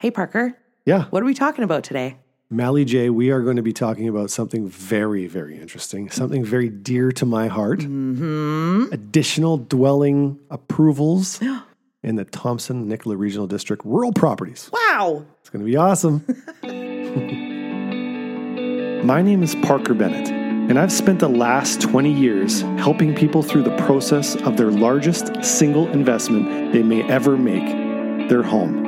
Hey, Parker, Yeah. what are we talking about today? Mally J, we are going to be talking about something very, very interesting, something very dear to my heart. Additional dwelling approvals in the Thompson Nicola Regional District rural properties. Wow. It's going to be awesome. My name is Parker Bennett, and I've spent the last 20 years helping people through the process of their largest single investment they may ever make their home.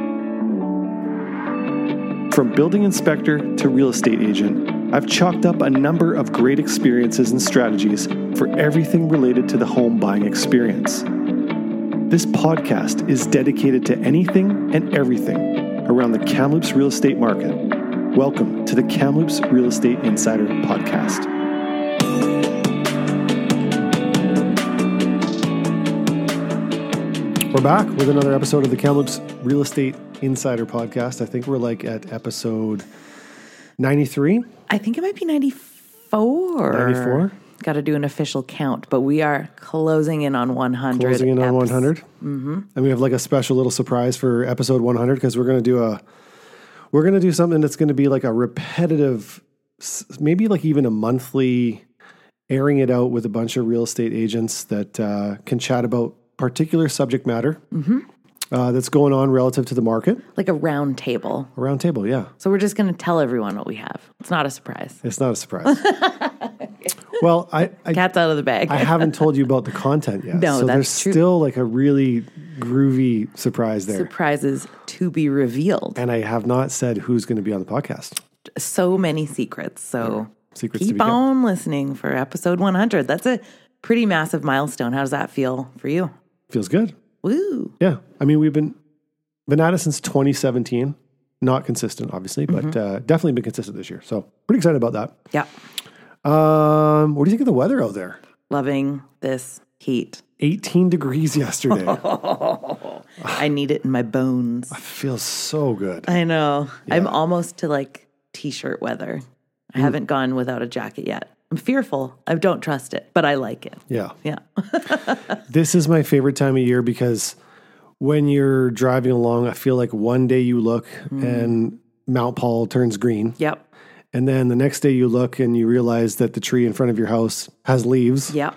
From building inspector to real estate agent, I've chalked up a number of great experiences and strategies for everything related to the home buying experience. This podcast is dedicated to anything and everything around the Kamloops real estate market. Welcome to the Kamloops Real Estate Insider Podcast. We're back with another episode of the Kamloops Real Estate Insider Podcast. I think we're like at episode 93. I think it might be 94. 94? Got to do an official count, but we are closing in on 100. Closing in on eps- 100. Mm-hmm. And we have like a special little surprise for episode 100 because we're going to do a we're going to do something that's going to be like a repetitive s- maybe like even a monthly airing it out with a bunch of real estate agents that uh, can chat about particular subject matter Mm-hmm. uh, that's going on relative to the market Like a round table. a round table yeah So we're just going to tell everyone what we have. It's not a surprise. it's not a surprise well I, I Cat's out of the bag. I haven't told you about the content yet No, so that's there's true. still like a really groovy surprise there Surprises to be revealed. and I have not said who's going to be on the podcast. So many secrets. So Secrets to keep be kept. on listening for episode 100. That's a pretty massive milestone. How does that feel for you? Feels good. Woo. Yeah, I mean we've been been at it since 2017. Not consistent, obviously, but Mm-hmm. uh, definitely been consistent this year. So pretty excited about that. Yeah. Um, what do you think of the weather out there? Loving this heat. 18 degrees yesterday. I need it in my bones. Feels so good. I know. I'm almost to like t shirt weather. I haven't gone without a jacket yet. I'm fearful. I don't trust it, but I like it. Yeah, Yeah. this is my favorite time of year because when you're driving along, I feel like one day you look Mm. and Mount Paul turns green, yep. and then the next day you look and you realize that the tree in front of your house has leaves. Yep.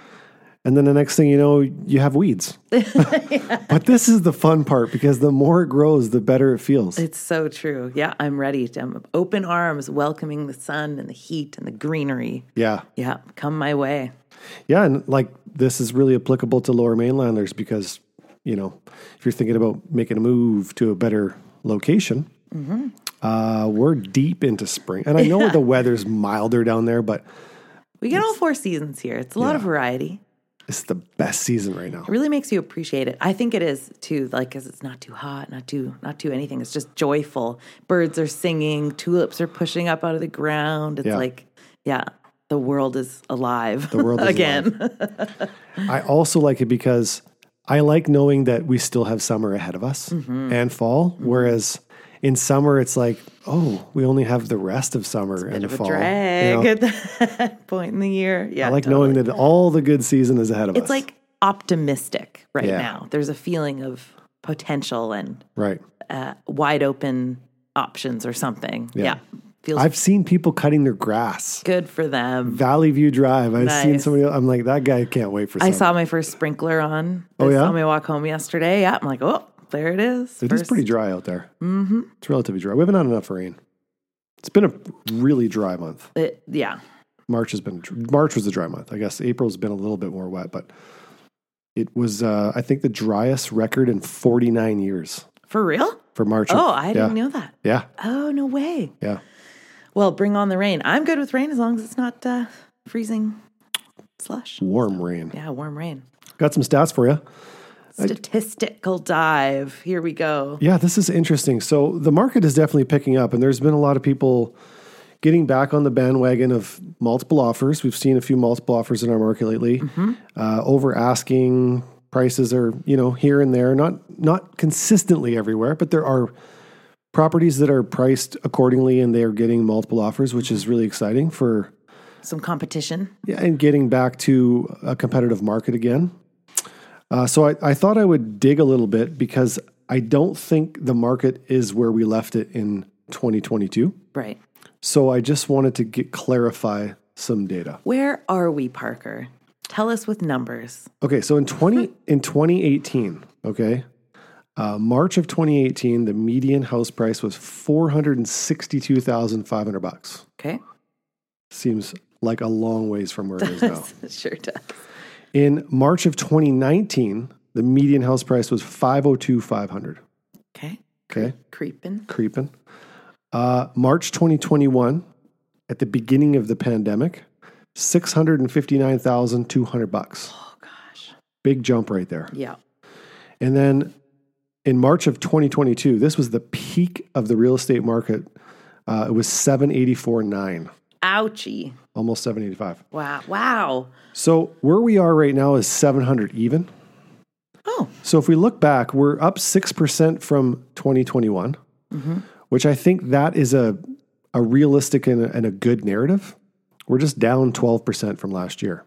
And then the next thing you know, you have weeds. But this is the fun part because the more it grows, the better it feels. It's so true. Yeah. I'm ready. To, I'm open arms welcoming the sun and the heat and the greenery. Yeah. Yeah. Come my way. Yeah. And like this is really applicable to lower mainlanders because, you know, if you're thinking about making a move to a better location, uh, we're deep into spring. And I know the weather's milder down there, but We get all four seasons here. It's a lot of variety. it's the best season right now. It really makes you appreciate it. I think it is too, like, because it's not too hot, not too, not too anything. It's just joyful. Birds are singing, tulips are pushing up out of the ground. It's Yeah. like, yeah, the world is alive. The world is again. I also like it because I like knowing that we still have summer ahead of us Mm-hmm. and fall. Whereas in summer, it's like, oh, we only have the rest of summer and Bit of a fall. you drag know? at that point in the year. Yeah, I like knowing that all the good season is ahead of us. it's like optimistic right Yeah. now. There's a feeling of potential and right. uh, wide open options or something. Yeah, feels I've seen people cutting their grass. good for them. Valley View Drive. I've seen Nice. somebody. Else, I'm like that guy can't wait for. I Summer. saw my first sprinkler on. Oh, this- yeah? on my walk home yesterday. Yeah, I'm like, oh, there it is. It is pretty dry out there. Mm-hmm. It's relatively dry. We haven't had enough rain. It's been a really dry month. It- yeah, March has been March was a dry month. I guess April's been a little bit more wet, but it was uh, I think the driest record in 49 years for real. for March. Oh, I didn't yeah. know that. Yeah, Oh no way. yeah. Well, bring on the rain. I'm good with rain as long as it's not uh, freezing slush. Warm rain. Yeah, warm rain. Got some stats for you. Statistical dive. Here we go. Yeah, this is interesting. So the market is definitely picking up, and there's been a lot of people getting back on the bandwagon of multiple offers. We've seen a few multiple offers in our market lately. Uh, over asking prices are you know here and there, not not consistently everywhere, but there are properties that are priced accordingly, and they are getting multiple offers, which is really exciting for Some competition. yeah, and getting back to a competitive market again. Uh, so I, I thought I would dig a little bit because I don't think the market is where we left it in 2022. Right. So I just wanted to get clarify some data. Where are we, Parker? Tell us with numbers. Okay, so in 20 in 2018, okay? Uh, March of 2018, the median house price was 462,500 bucks. Okay. Seems like a long ways from where it is now. sure does. In March of 2019, the median house price was 502,500. Okay. Okay, Creeping. creeping. Uh, March 2021, at the beginning of the pandemic, 659,200 bucks. Oh, gosh. Big jump right there. Yeah. And then in March of 2022, this was the peak of the real estate market. Uh, it was 784.9, Ouchie. almost 785. Wow. Wow. So where we are right now is 700 even. Oh, So if we look back, we're up 6% from 2021, Mm-hmm. which I think that is a, a realistic and a, and a good narrative. We're just down 12% from last year,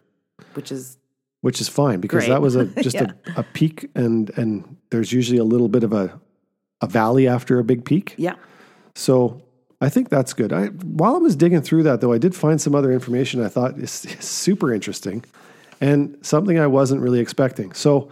which is which is fine because Great. that was a, just a, a peak and, and there's usually a little bit of a, a valley after a big peak. yeah. So I think that's good. I, while I was digging through that, though, I did find some other information I thought is, is super interesting and something I wasn't really expecting. So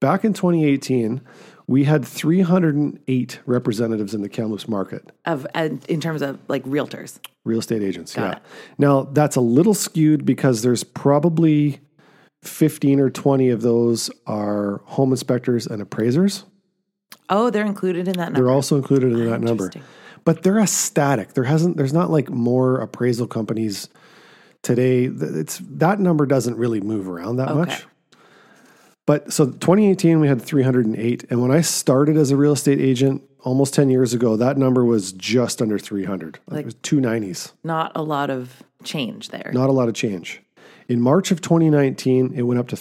back in 2018, we had 308 representatives in the Kamloops market, Of and in terms of like realtors. real estate agents. yeah. it. Now that's a little skewed because there's probably 15 or 20 of those are home inspectors and appraisers. Oh, they're included in that number. They're also included in that number. Interesting. But they're a static. There hasn't there's not like more appraisal companies today. Th- It's that number doesn't really move around that Okay. much. But so 2018 we had 308 and when I started as a real estate agent almost 10 years ago, that number was just under 300. Like, it was 290s. Not a lot of change there. Not a lot of change. In March of 2019, it went up to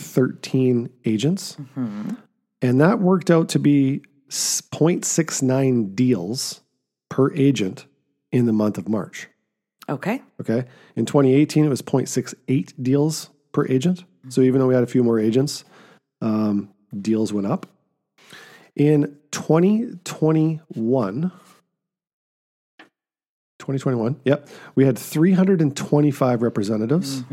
313 agents. And that worked out to be s- 0.69 deals per agent in the month of March. Okay. Okay. In 2018, it was 0.68 deals per agent. So even though we had a few more agents, um, deals went up. In 2021, 2021, yep, we had 325 representatives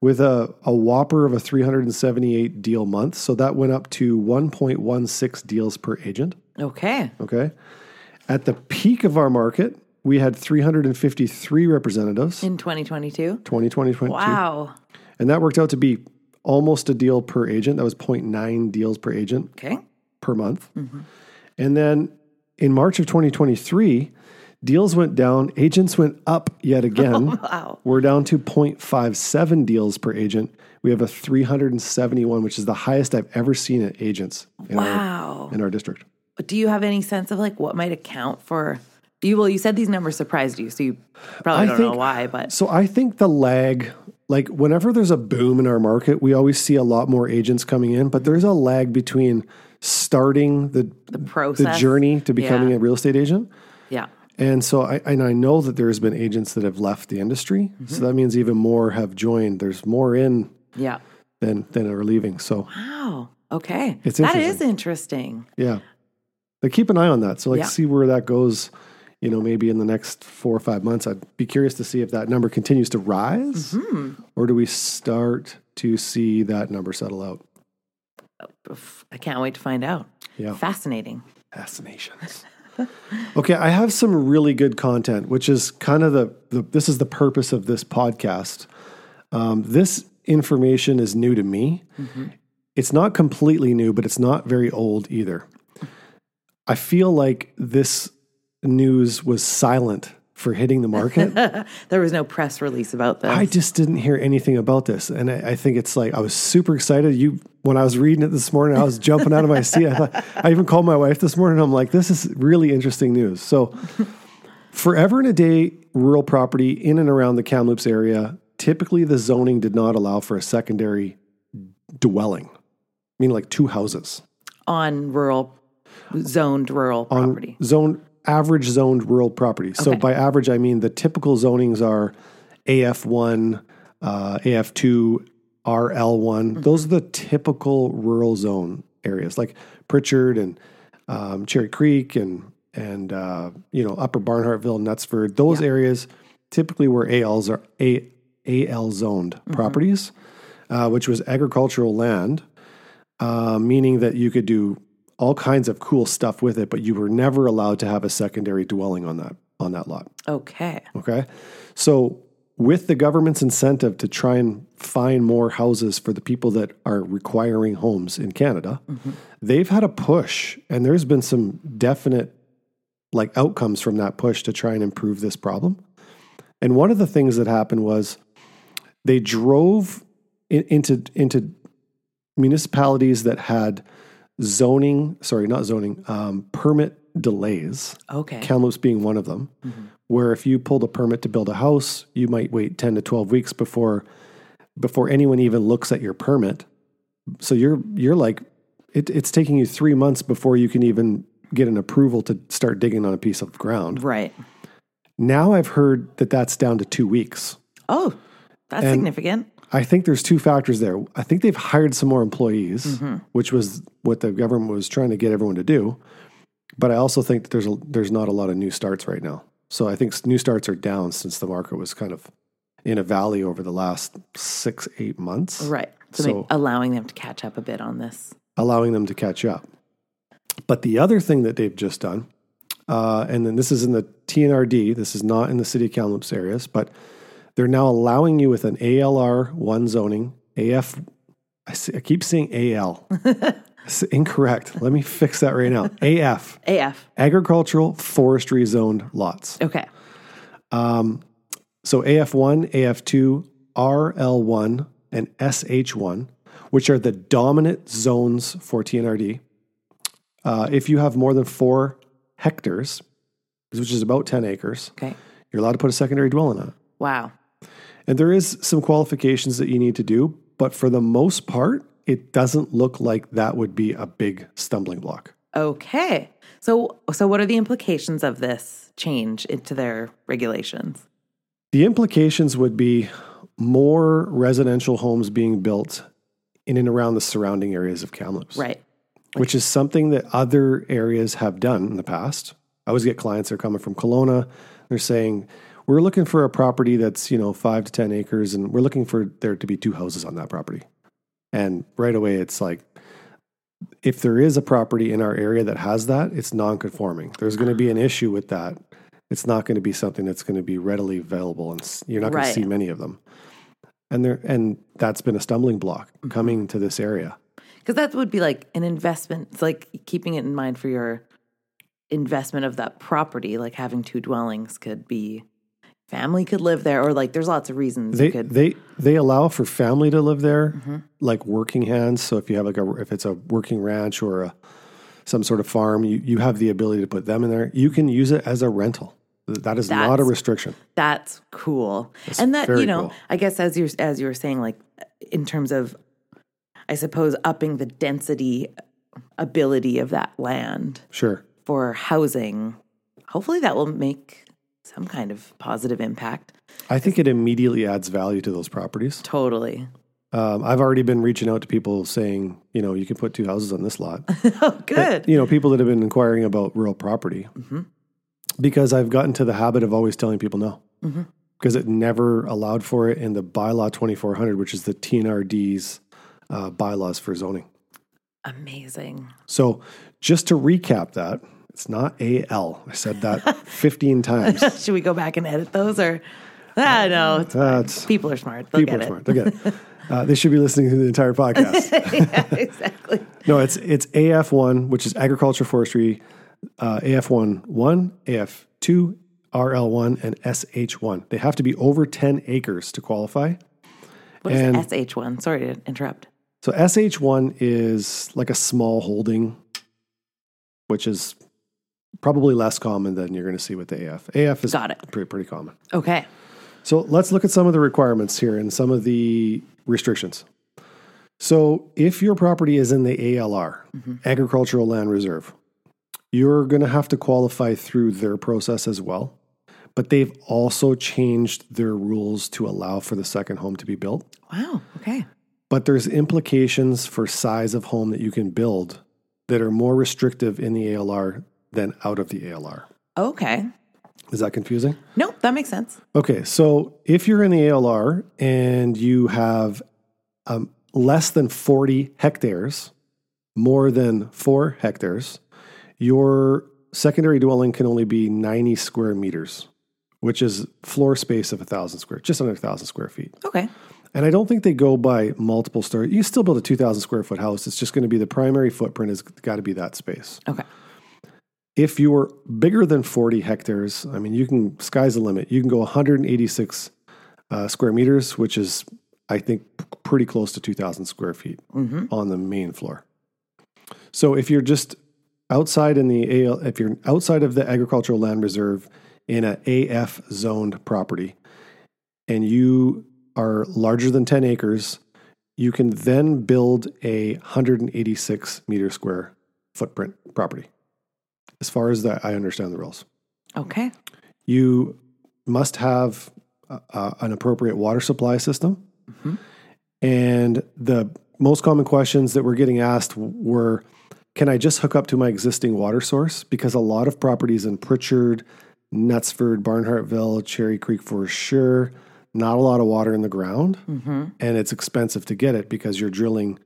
with a, a whopper of a 378 deal month. So that went up to 1.16 deals per agent. Okay. Okay. At the peak of our market, we had 353 representatives. In 2022. 2020, 2022. Wow. And that worked out to be almost a deal per agent. That was 0.9 deals per agent Okay. per month. Mm-hmm. And then in March of 2023, deals went down, agents went up yet again. Wow. We're down to 0.57 deals per agent. We have a 371, which is the highest I've ever seen at agents in, Wow. our, in our district. But do you have any sense of like what might account for you? Well, you said these numbers surprised you, so you probably I don't know think- why, but So I think the lag, like whenever there's a boom in our market, we always see a lot more agents coming in, but there's a lag between starting the the, process. journey to becoming Yeah. a real estate agent. yeah. And so I and I know that there's been agents that have left the industry. So that means even more have joined. There's more in Yeah. than than are leaving. So Wow. Okay. It's that is interesting. yeah. But keep an eye on that. So like Yeah. see where that goes, you know, maybe in the next four or five months. I'd be curious to see if that number continues to rise or do we start to see that number settle out? Oof, I can't wait to find out. Yeah. Fascinating. Fascinations. okay, I have some really good content, which is kind of the, the this is the purpose of this podcast. Um, this information is new to me. It's not completely new, but it's not very old either. I feel like this news was silent for hitting the market. There was no press release about this. I just didn't hear anything about this, and I, I think it's like I was super excited. You, when I was reading it this morning, I was jumping out of my seat. I thought I even called my wife this morning. I'm like, this is really interesting news. So, forever and a day, rural property in and around the Kamloops area. Typically, the zoning did not allow for a secondary dwelling, meaning like two houses on rural, zoned rural property. zone average zoned rural property. So by average, I mean the typical zonings are AF1, uh, AF2, RL1. Those are the typical rural zone areas. Like Pritchard and um, Cherry Creek and and uh, you know Upper Barnhartville, Knutsford. Those areas typically were ALs are A, AL zoned properties, uh, which was agricultural land, uh, meaning that you could do all kinds of cool stuff with it, but you were never allowed to have a secondary dwelling on that on that lot. Okay. Okay. So, with the government's incentive to try and find more houses for the people that are requiring homes in Canada, they've had a push, and there's been some definite like outcomes from that push to try and improve this problem. And one of the things that happened was they drove in, into into municipalities that had zoning, sorry, not zoning, um, permit delays. Okay. Kamloops being one of them, where if you pulled a permit to build a house, you might wait 10 to 12 weeks before before anyone even looks at your permit. So you're you're like it, it's taking you three months before you can even get an approval to start digging on a piece of ground. right. Now I've heard that that's down to two weeks. Oh, that's significant. I think there's two factors there. I think they've hired some more employees, which was what the government was trying to get everyone to do. But I also think that there's a, there's not a lot of new starts right now. So I think s- new starts are down since the market was kind of in a valley over the last six eight months, Right. So, So- allowing them to catch up a bit on this. allowing them to catch up. But the other thing that they've just done, uh, and then this is in the TNRD, this is not in the city of Kamloops areas, but they're now allowing you with an ALR one zoning, AF. I, see, I keep saying AL. It's incorrect. Let me fix that right now. AF, AF. agricultural forestry zoned lots. Okay. So AF1, AF2, RL1, and SH1, which are the dominant zones for TNRD. Uh, if you have more than four hectares, which is about 10 acres, Okay. you're allowed to put a secondary dwelling on it. Wow. And there is some qualifications that you need to do, but for the most part, it doesn't look like that would be a big stumbling block. Okay. So so what are the implications of this change into their regulations? The implications would be more residential homes being built in and around the surrounding areas of Kamloops. Right. which is something that other areas have done in the past. I always get clients that are coming from Kelowna. They're saying, we're looking for a property that's, you know, five to 10 acres, and we're looking for there to be two houses on that property. And right away, it's like, if there is a property in our area that has that, it's non conforming. There's going to be an issue with that. It's not going to be something that's going to be readily available, and s- you're not going Right. to see many of them. And there, and that's been a stumbling block coming to this area. Because that would be like an investment. It's like keeping it in mind for your investment of that property. Like having two dwellings could be family could live there, or like there's lots of reasons they you could. they they allow for family to live there, like working hands. So if you have like a if it's a working ranch or a some sort of farm, you you have the ability to put them in there. You can use it as a rental. Th- That is not a That's- restriction. That's cool. and that very you know, cool. I guess as you as you were saying, like in terms of, I suppose upping the density uh, ability of that land. Sure. for housing. Hopefully, that will make some kind of positive impact. I think it immediately adds value to those properties. Totally. Um, I've already been reaching out to people saying, you know, you can put two houses on this lot. Oh, good. you know, people that have been inquiring about rural property Mm-hmm. because I've gotten to the habit of always telling people no Mm-hmm. because it never allowed for it in the bylaw 2400, which is the TNRD's uh, bylaws for zoning. Amazing. So just to recap that, it's not AL. I said that 15 times. Should we go back and edit those or? Ah, no. it's- That's people are smart. They'll Uh, people get are it. smart. They'll get it. Uh, they should be listening to the entire podcast. yeah, exactly. No, it's it's AF one, which is agriculture forestry, uh, AF one one, AF two, RL one, and SH one. They have to be over ten acres to qualify. What is And- SH1? Sorry to interrupt. So SH one is like a small holding, which is probably less common than you're going to see with the AF. AF is Got it. pretty pretty common. Okay. So let's look at some of the requirements here and some of the restrictions. So if your property is in the ALR, Agricultural Land Reserve, you're going to have to qualify through their process as well. But they've also changed their rules to allow for the second home to be built. Wow. Okay. But there's implications for size of home that you can build that are more restrictive in the ALR than out of the ALR. Okay. Is that confusing? Nope, that makes sense. Okay, so if you're in the ALR and you have um, less than 40 hectares, more than four hectares, your secondary dwelling can only be 90 square meters, which is floor space of 1,000 square, just under 1,000 square feet. Okay. And I don't think they go by multiple story. You still build a 2,000 square foot house. It's just going to be the primary footprint has got to be that space. Okay. If you were bigger than 40 hectares, I mean, you can, sky's the limit. You can go 186 uh, square meters, which is, I think, p- pretty close to 2,000 square feet on the main floor. So if you're just outside in the AL, if you're outside of the agricultural land reserve in a AF zoned property, and you are larger than 10 acres, you can then build a 186 meter square footprint property. As far as that, I understand the rules. Okay. You must have uh, uh, an appropriate water supply system. And the most common questions that were getting asked were Can I just hook up to my existing water source? Because a lot of properties in Pritchard, Knutsford, Barnhartville, Cherry Creek for sure, not a lot of water in the ground. And it's expensive to get it because you're drilling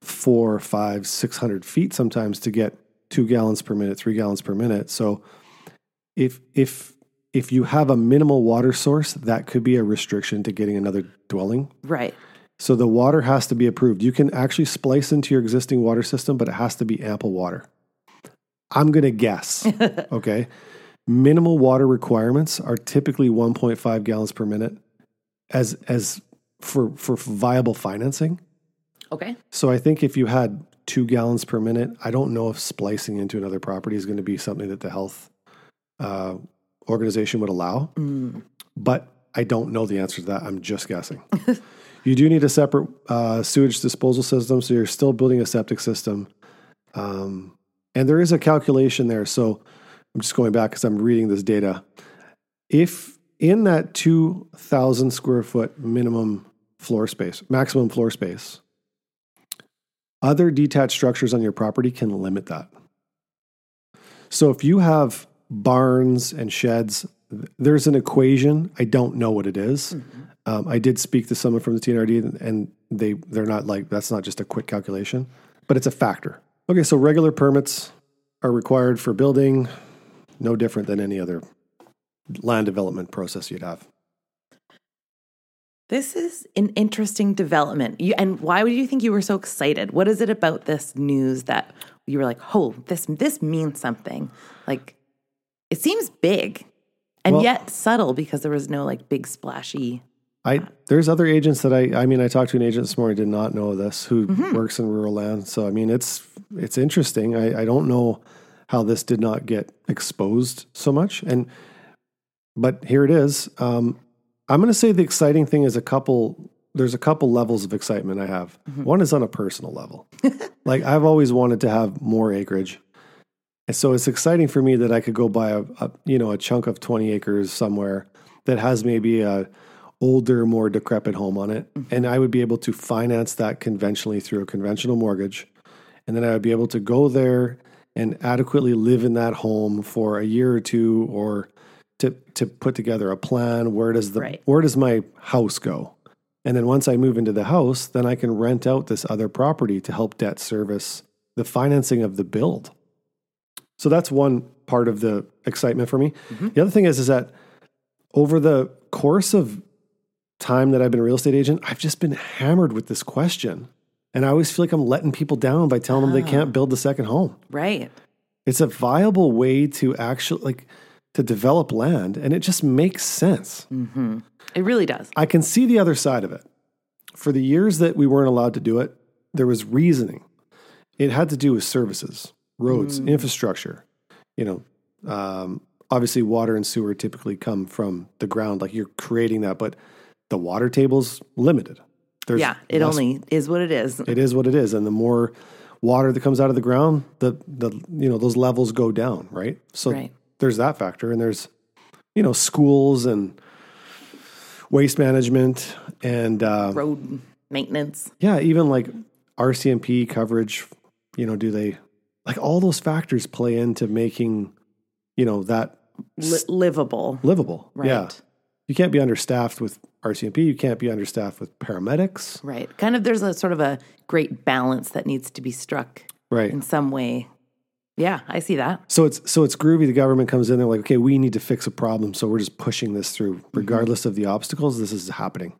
four, five, six hundred feet sometimes to get two gallons per minute, three gallons per minute. So if if if you have a minimal water source, that could be a restriction to getting another dwelling Right. so the water has to be approved. You can actually splice into your existing water system, but it has to be ample water. I'm going to guess. okay. Minimal water requirements are typically 1.5 gallons per minute as as for for viable financing. Okay. So I think if you had 2 gallons per minute, I don't know if splicing into another property is going to be something that the health uh, organization would allow but I don't know the answer to that. I'm just guessing. you do need a separate uh, sewage disposal system, so you're still building a septic system. Um, and there is a calculation there. So I'm just going back because I'm reading this data. If in that 2,000 square foot minimum floor space, maximum floor space, other detached structures on your property can limit that. So if you have barns and sheds, th- there's an equation. I don't know what it is. Um, I did speak to someone from the TNRD, and- and they they're not like that's not just a quick calculation, but it's a factor. Okay, so regular permits are required for building, no different than any other land development process you'd have. This is an interesting development. You, and why would you think you were so excited? What is it about this news that you were like, "Oh, this this means something." Like it seems big and Well- yet subtle because there was no like big splashy. I there's other agents that I I mean I talked to an agent this morning did not know this who works in rural land so I mean it's it's interesting I I don't know how this did not get exposed so much and but here it is um, I'm going to say the exciting thing is a couple there's a couple levels of excitement I have one is on a personal level like I've always wanted to have more acreage and so it's exciting for me that I could go buy a, a you know a chunk of 20 acres somewhere that has maybe a older, more decrepit home on it, and I would be able to finance that conventionally through a conventional mortgage, and then I would be able to go there and adequately live in that home for a year or two, or to to put together a plan. Where does the Right. where does my house go? And then once I move into the house, then I can rent out this other property to help debt service the financing of the build. So that's one part of the excitement for me. The other thing is is that over the course of time that I've been a real estate agent, I've just been hammered with this question. And I always feel like I'm letting people down by telling them they can't build the second home. Right. It's a viable way to actually like to develop land and it just makes sense. It really does. I can see the other side of it. For the years that we weren't allowed to do it, there was reasoning. It had to do with services, roads, Hmm. infrastructure. You know, um, obviously, water and sewer typically come from the ground. Like you're creating that, but the water table's limited. There's Yeah, it less- only is what it is. it is what it is, and the more water that comes out of the ground, the the you know those levels go down, right? So Right. there's that factor, and there's you know schools and waste management and uh, Road maintenance. yeah, even like RCMP coverage. You know, do they like all those factors play into making, you know, that Li- livable. livable. Right. Yeah. You can't be understaffed with RCMP. You can't be understaffed with paramedics. Right. Kind of there's a sort of a great balance that needs to be struck Right. in some way. Yeah, I see that. So it's so it's groovy. The government comes in. They're like, okay, we need to fix a problem. So we're just pushing this through, Mm-hmm. regardless of the obstacles. This is happening.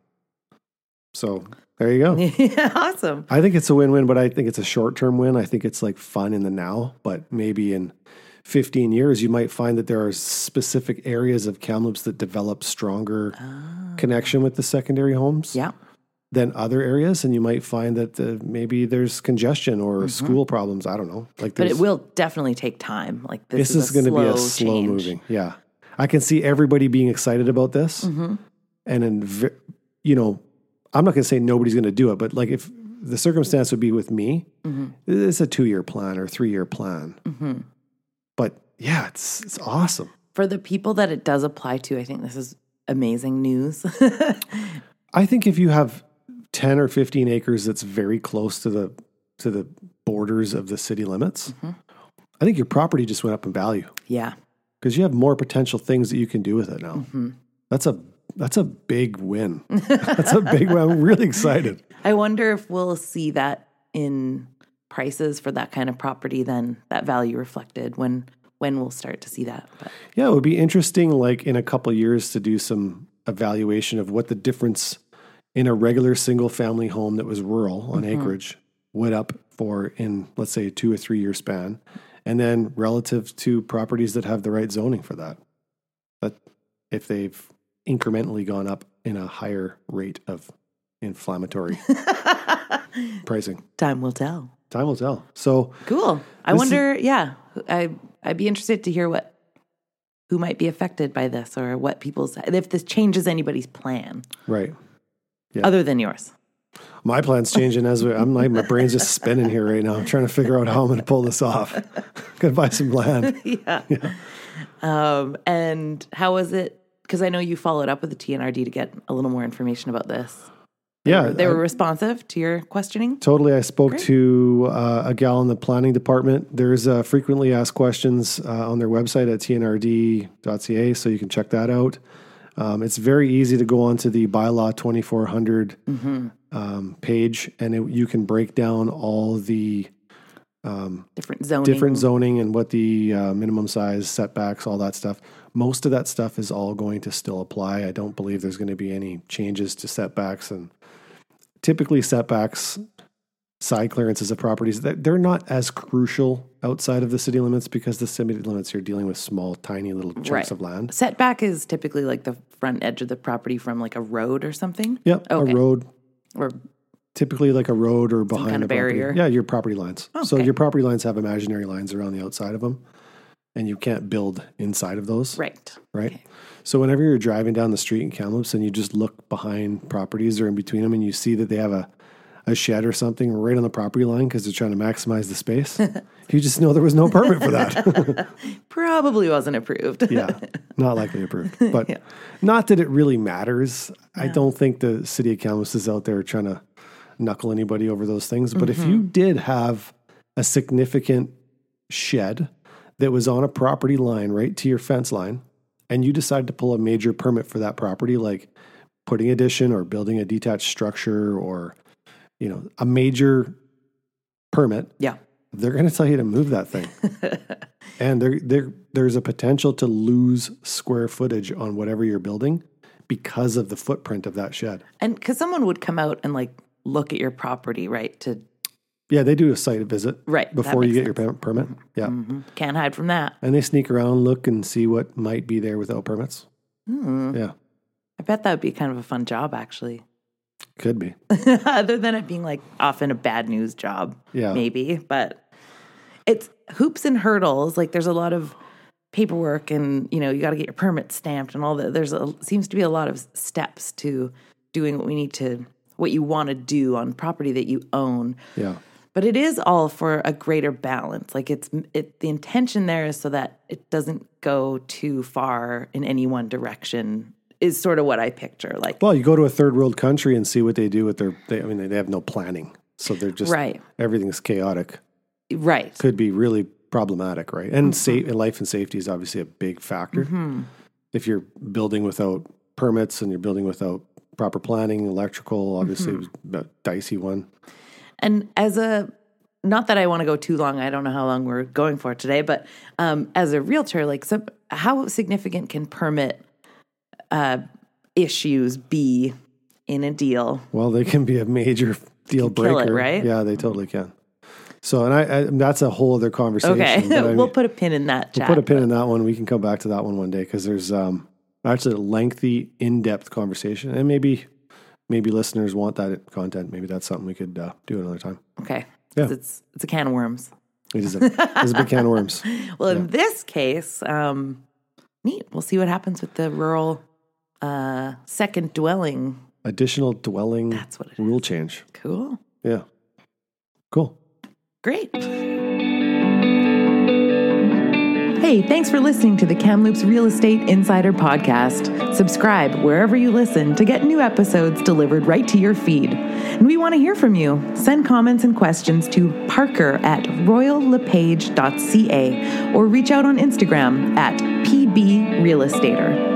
So there you go. awesome. I think it's a win-win, but I think it's a short-term win. I think it's like fun in the now, but maybe in 15 years you might find that there are specific areas of Kamloops that develop stronger connection with the secondary homes Ah. Yeah. than other areas, and you might find that uh, maybe there's congestion or school problems. I don't know. Like, Mm-hmm. But there's- it will definitely take time. Like this, this is, going to be a slow moving. Yeah, I can see everybody being excited about this, and in, ve- you know, I'm not going to say nobody's going to do it, but like if the circumstance would be with me, it's a two year plan or three year plan. But yeah, it's it's awesome. For the people that it does apply to, I think this is amazing news. I think if you have ten or fifteen acres that's very close to the to the borders of the city limits, I think your property just went up in value. yeah. because you have more potential things that you can do with it now. That's a that's a big win. that's a big win. I'm really excited. I wonder if we'll see that in prices for that kind of property then that value reflected when when we'll start to see that. But Yeah, it would be interesting, like in a couple of years, to do some evaluation of what the difference in a regular single family home that was rural on acreage went up for in let's say a two or three year span, and then relative to properties that have the right zoning for that. But if they've incrementally gone up in a higher rate of inflammatory pricing. time will tell. Time will tell. So Cool. I This is- wonder. yeah, I I'd be interested to hear what who might be affected by this, or what people's if this changes anybody's plan right, other than yours. my plan's changing as we, I'm like my brain's just spinning here right now. I'm trying to figure out how I'm going to pull this off. Gonna buy some land. yeah. Um, and how was it? Because I know you followed up with the TNRD to get a little more information about this. Yeah, They were I- responsive to your questioning. totally. I spoke to uh, a gal in the planning department. There's uh, frequently asked questions uh, on their website at tnrd.ca, so you can check that out. Um, it's very easy to go onto the bylaw 2400 um, page, and it, you can break down all the Different zoning. different zoning and what the uh, minimum size setbacks, all that stuff. Most of that stuff is all going to still apply. I don't believe there's going to be any changes to setbacks and typically setbacks, side clearances of properties. they- They're not as crucial outside of the city limits because the city limits you're dealing with small, tiny little chunks Right. of land. Setback is typically like the front edge of the property from like a road or something. Yep, Okay. a road. Or Typically, like a road or behind kind a of property. barrier. Oh, Yeah, your property lines. So Okay. your property lines have imaginary lines around the outside of them, and you can't build inside of those. right. right? So whenever you're driving down the street in Kamloops and you just look behind properties or in between them and you see that they have a, a shed or something right on the property line because they're trying to maximize the space, you just know there was no permit for that. Probably wasn't approved. yeah, not likely approved. But not that it really matters. I don't think the city of Kamloops is out there trying to knuckle anybody over those things. But if you did have a significant shed that was on a property line right to your fence line and you decide to pull a major permit for that property like putting addition or building a detached structure or you know a major permit yeah. they're going to tell you to move that thing and there, there there's a potential to lose square footage on whatever you're building because of the footprint of that shed And because someone would come out and like look at your property, right? To yeah they do a site visit Right, that before you makes Mm. get your per- permit yeah can't hide from that. and they sneak around look and see what might be there without permits Hmm. yeah I bet that would be kind of a fun job, actually. could be Other than it being like often a bad news job, Yeah. maybe. But it's hoops and hurdles. Like there's a lot of paperwork, and you know you got to get your permit stamped and all that. There's a, seems to be a lot of steps to doing what we need to, what you want to do on property that you own. yeah but it is all for a greater balance like it's it the intention there is so that it doesn't go too far in any one direction is sort of what i picture like Well, you go to a third world country and see what they do with their. They, I mean, they, they have no planning, so they're just Right. Everything's chaotic. Right. could be really problematic, right? And Mm-hmm. safe, life and safety is obviously a big factor. If you're building without permits and you're building without proper planning, electrical, obviously Mm-hmm. it was a dicey one. And as a, not that I want to go too long, I don't know how long we're going for today, but um, as a realtor, like, some, how significant can permit uh, issues be in a deal? Well, they can be a major deal kill it, breaker, right? Yeah, they totally can. So, and I, I that's a whole other conversation. Okay, but I we'll mean- put a pin in that chat. put a pin in that one. We can come back to that one one day because there's um, actually a lengthy, in-depth conversation, and maybe maybe listeners want that content. Maybe that's something we could uh, do another time. okay, Yeah. 'Cause it's it's a can of worms. It is a, it's a big can of worms. Well, in this case, um, neat. We'll see what happens with the rural uh, second dwelling. Additional dwelling That's what it is. rule change. Cool. Yeah, cool. Great. Hey, thanks for listening to the Kamloops Real Estate Insider Podcast. Subscribe wherever you listen to get new episodes delivered right to your feed. And we want to hear from you. Send comments and questions to parker at royallepage.ca or reach out on Instagram at pbrealestater.